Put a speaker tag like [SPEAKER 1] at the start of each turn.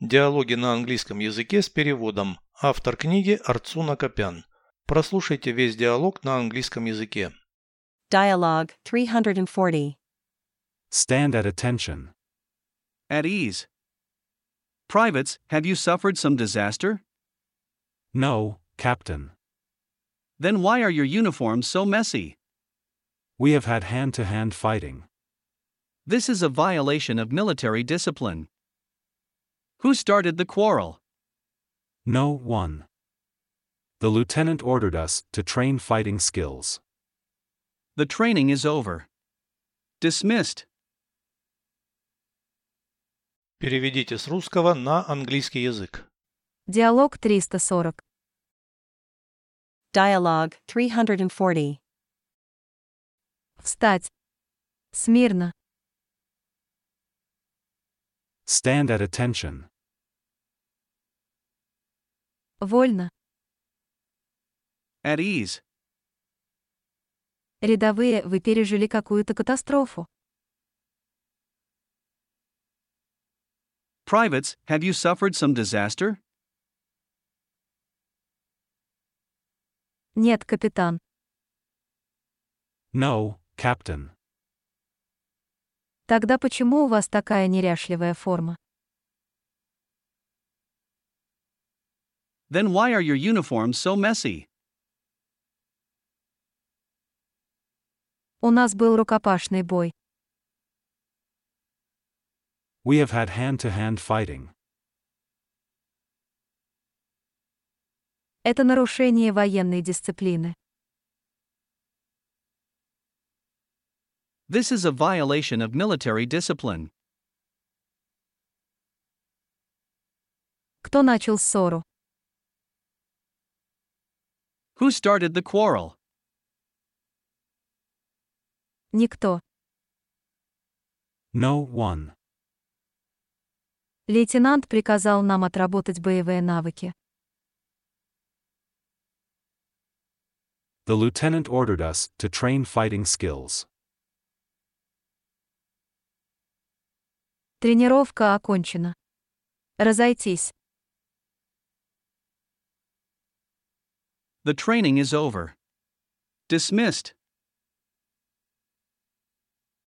[SPEAKER 1] Диалоги на английском языке с переводом. Автор книги Арцуна Копян. Прослушайте весь диалог на английском языке.
[SPEAKER 2] Dialogue 340.
[SPEAKER 3] Stand at attention.
[SPEAKER 4] At ease. Privates, have you suffered some disaster?
[SPEAKER 3] No, Captain.
[SPEAKER 4] Then why are your uniforms so messy?
[SPEAKER 3] We have had hand to hand fighting.
[SPEAKER 4] This is a violation of military discipline. Who started the quarrel?
[SPEAKER 3] No one. The lieutenant ordered us to train fighting skills.
[SPEAKER 4] The training is over. Dismissed.
[SPEAKER 1] Переведите с русского на английский язык.
[SPEAKER 5] Диалог 340.
[SPEAKER 2] Dialogue 340.
[SPEAKER 5] Встать. Смирно.
[SPEAKER 3] Stand at attention.
[SPEAKER 5] Вольно.
[SPEAKER 4] At ease.
[SPEAKER 5] Рядовые, вы пережили какую-то катастрофу.
[SPEAKER 4] Privates, have you suffered some disaster?
[SPEAKER 5] Нет, капитан.
[SPEAKER 3] No, Captain.
[SPEAKER 5] Тогда почему у вас такая неряшливая форма?
[SPEAKER 4] Then why are your uniforms so messy?
[SPEAKER 5] У нас был рукопашный бой.
[SPEAKER 3] We have had hand to hand fighting.
[SPEAKER 5] Это нарушение военной дисциплины.
[SPEAKER 4] This is a violation of military discipline.
[SPEAKER 5] Кто начал ссору?
[SPEAKER 4] Who started the quarrel?
[SPEAKER 5] Никто.
[SPEAKER 3] No one.
[SPEAKER 5] Лейтенант приказал нам отработать боевые навыки.
[SPEAKER 3] The lieutenant ordered us to train fighting skills.
[SPEAKER 5] Тренировка окончена. Разойтись.
[SPEAKER 4] The training is over. Dismissed.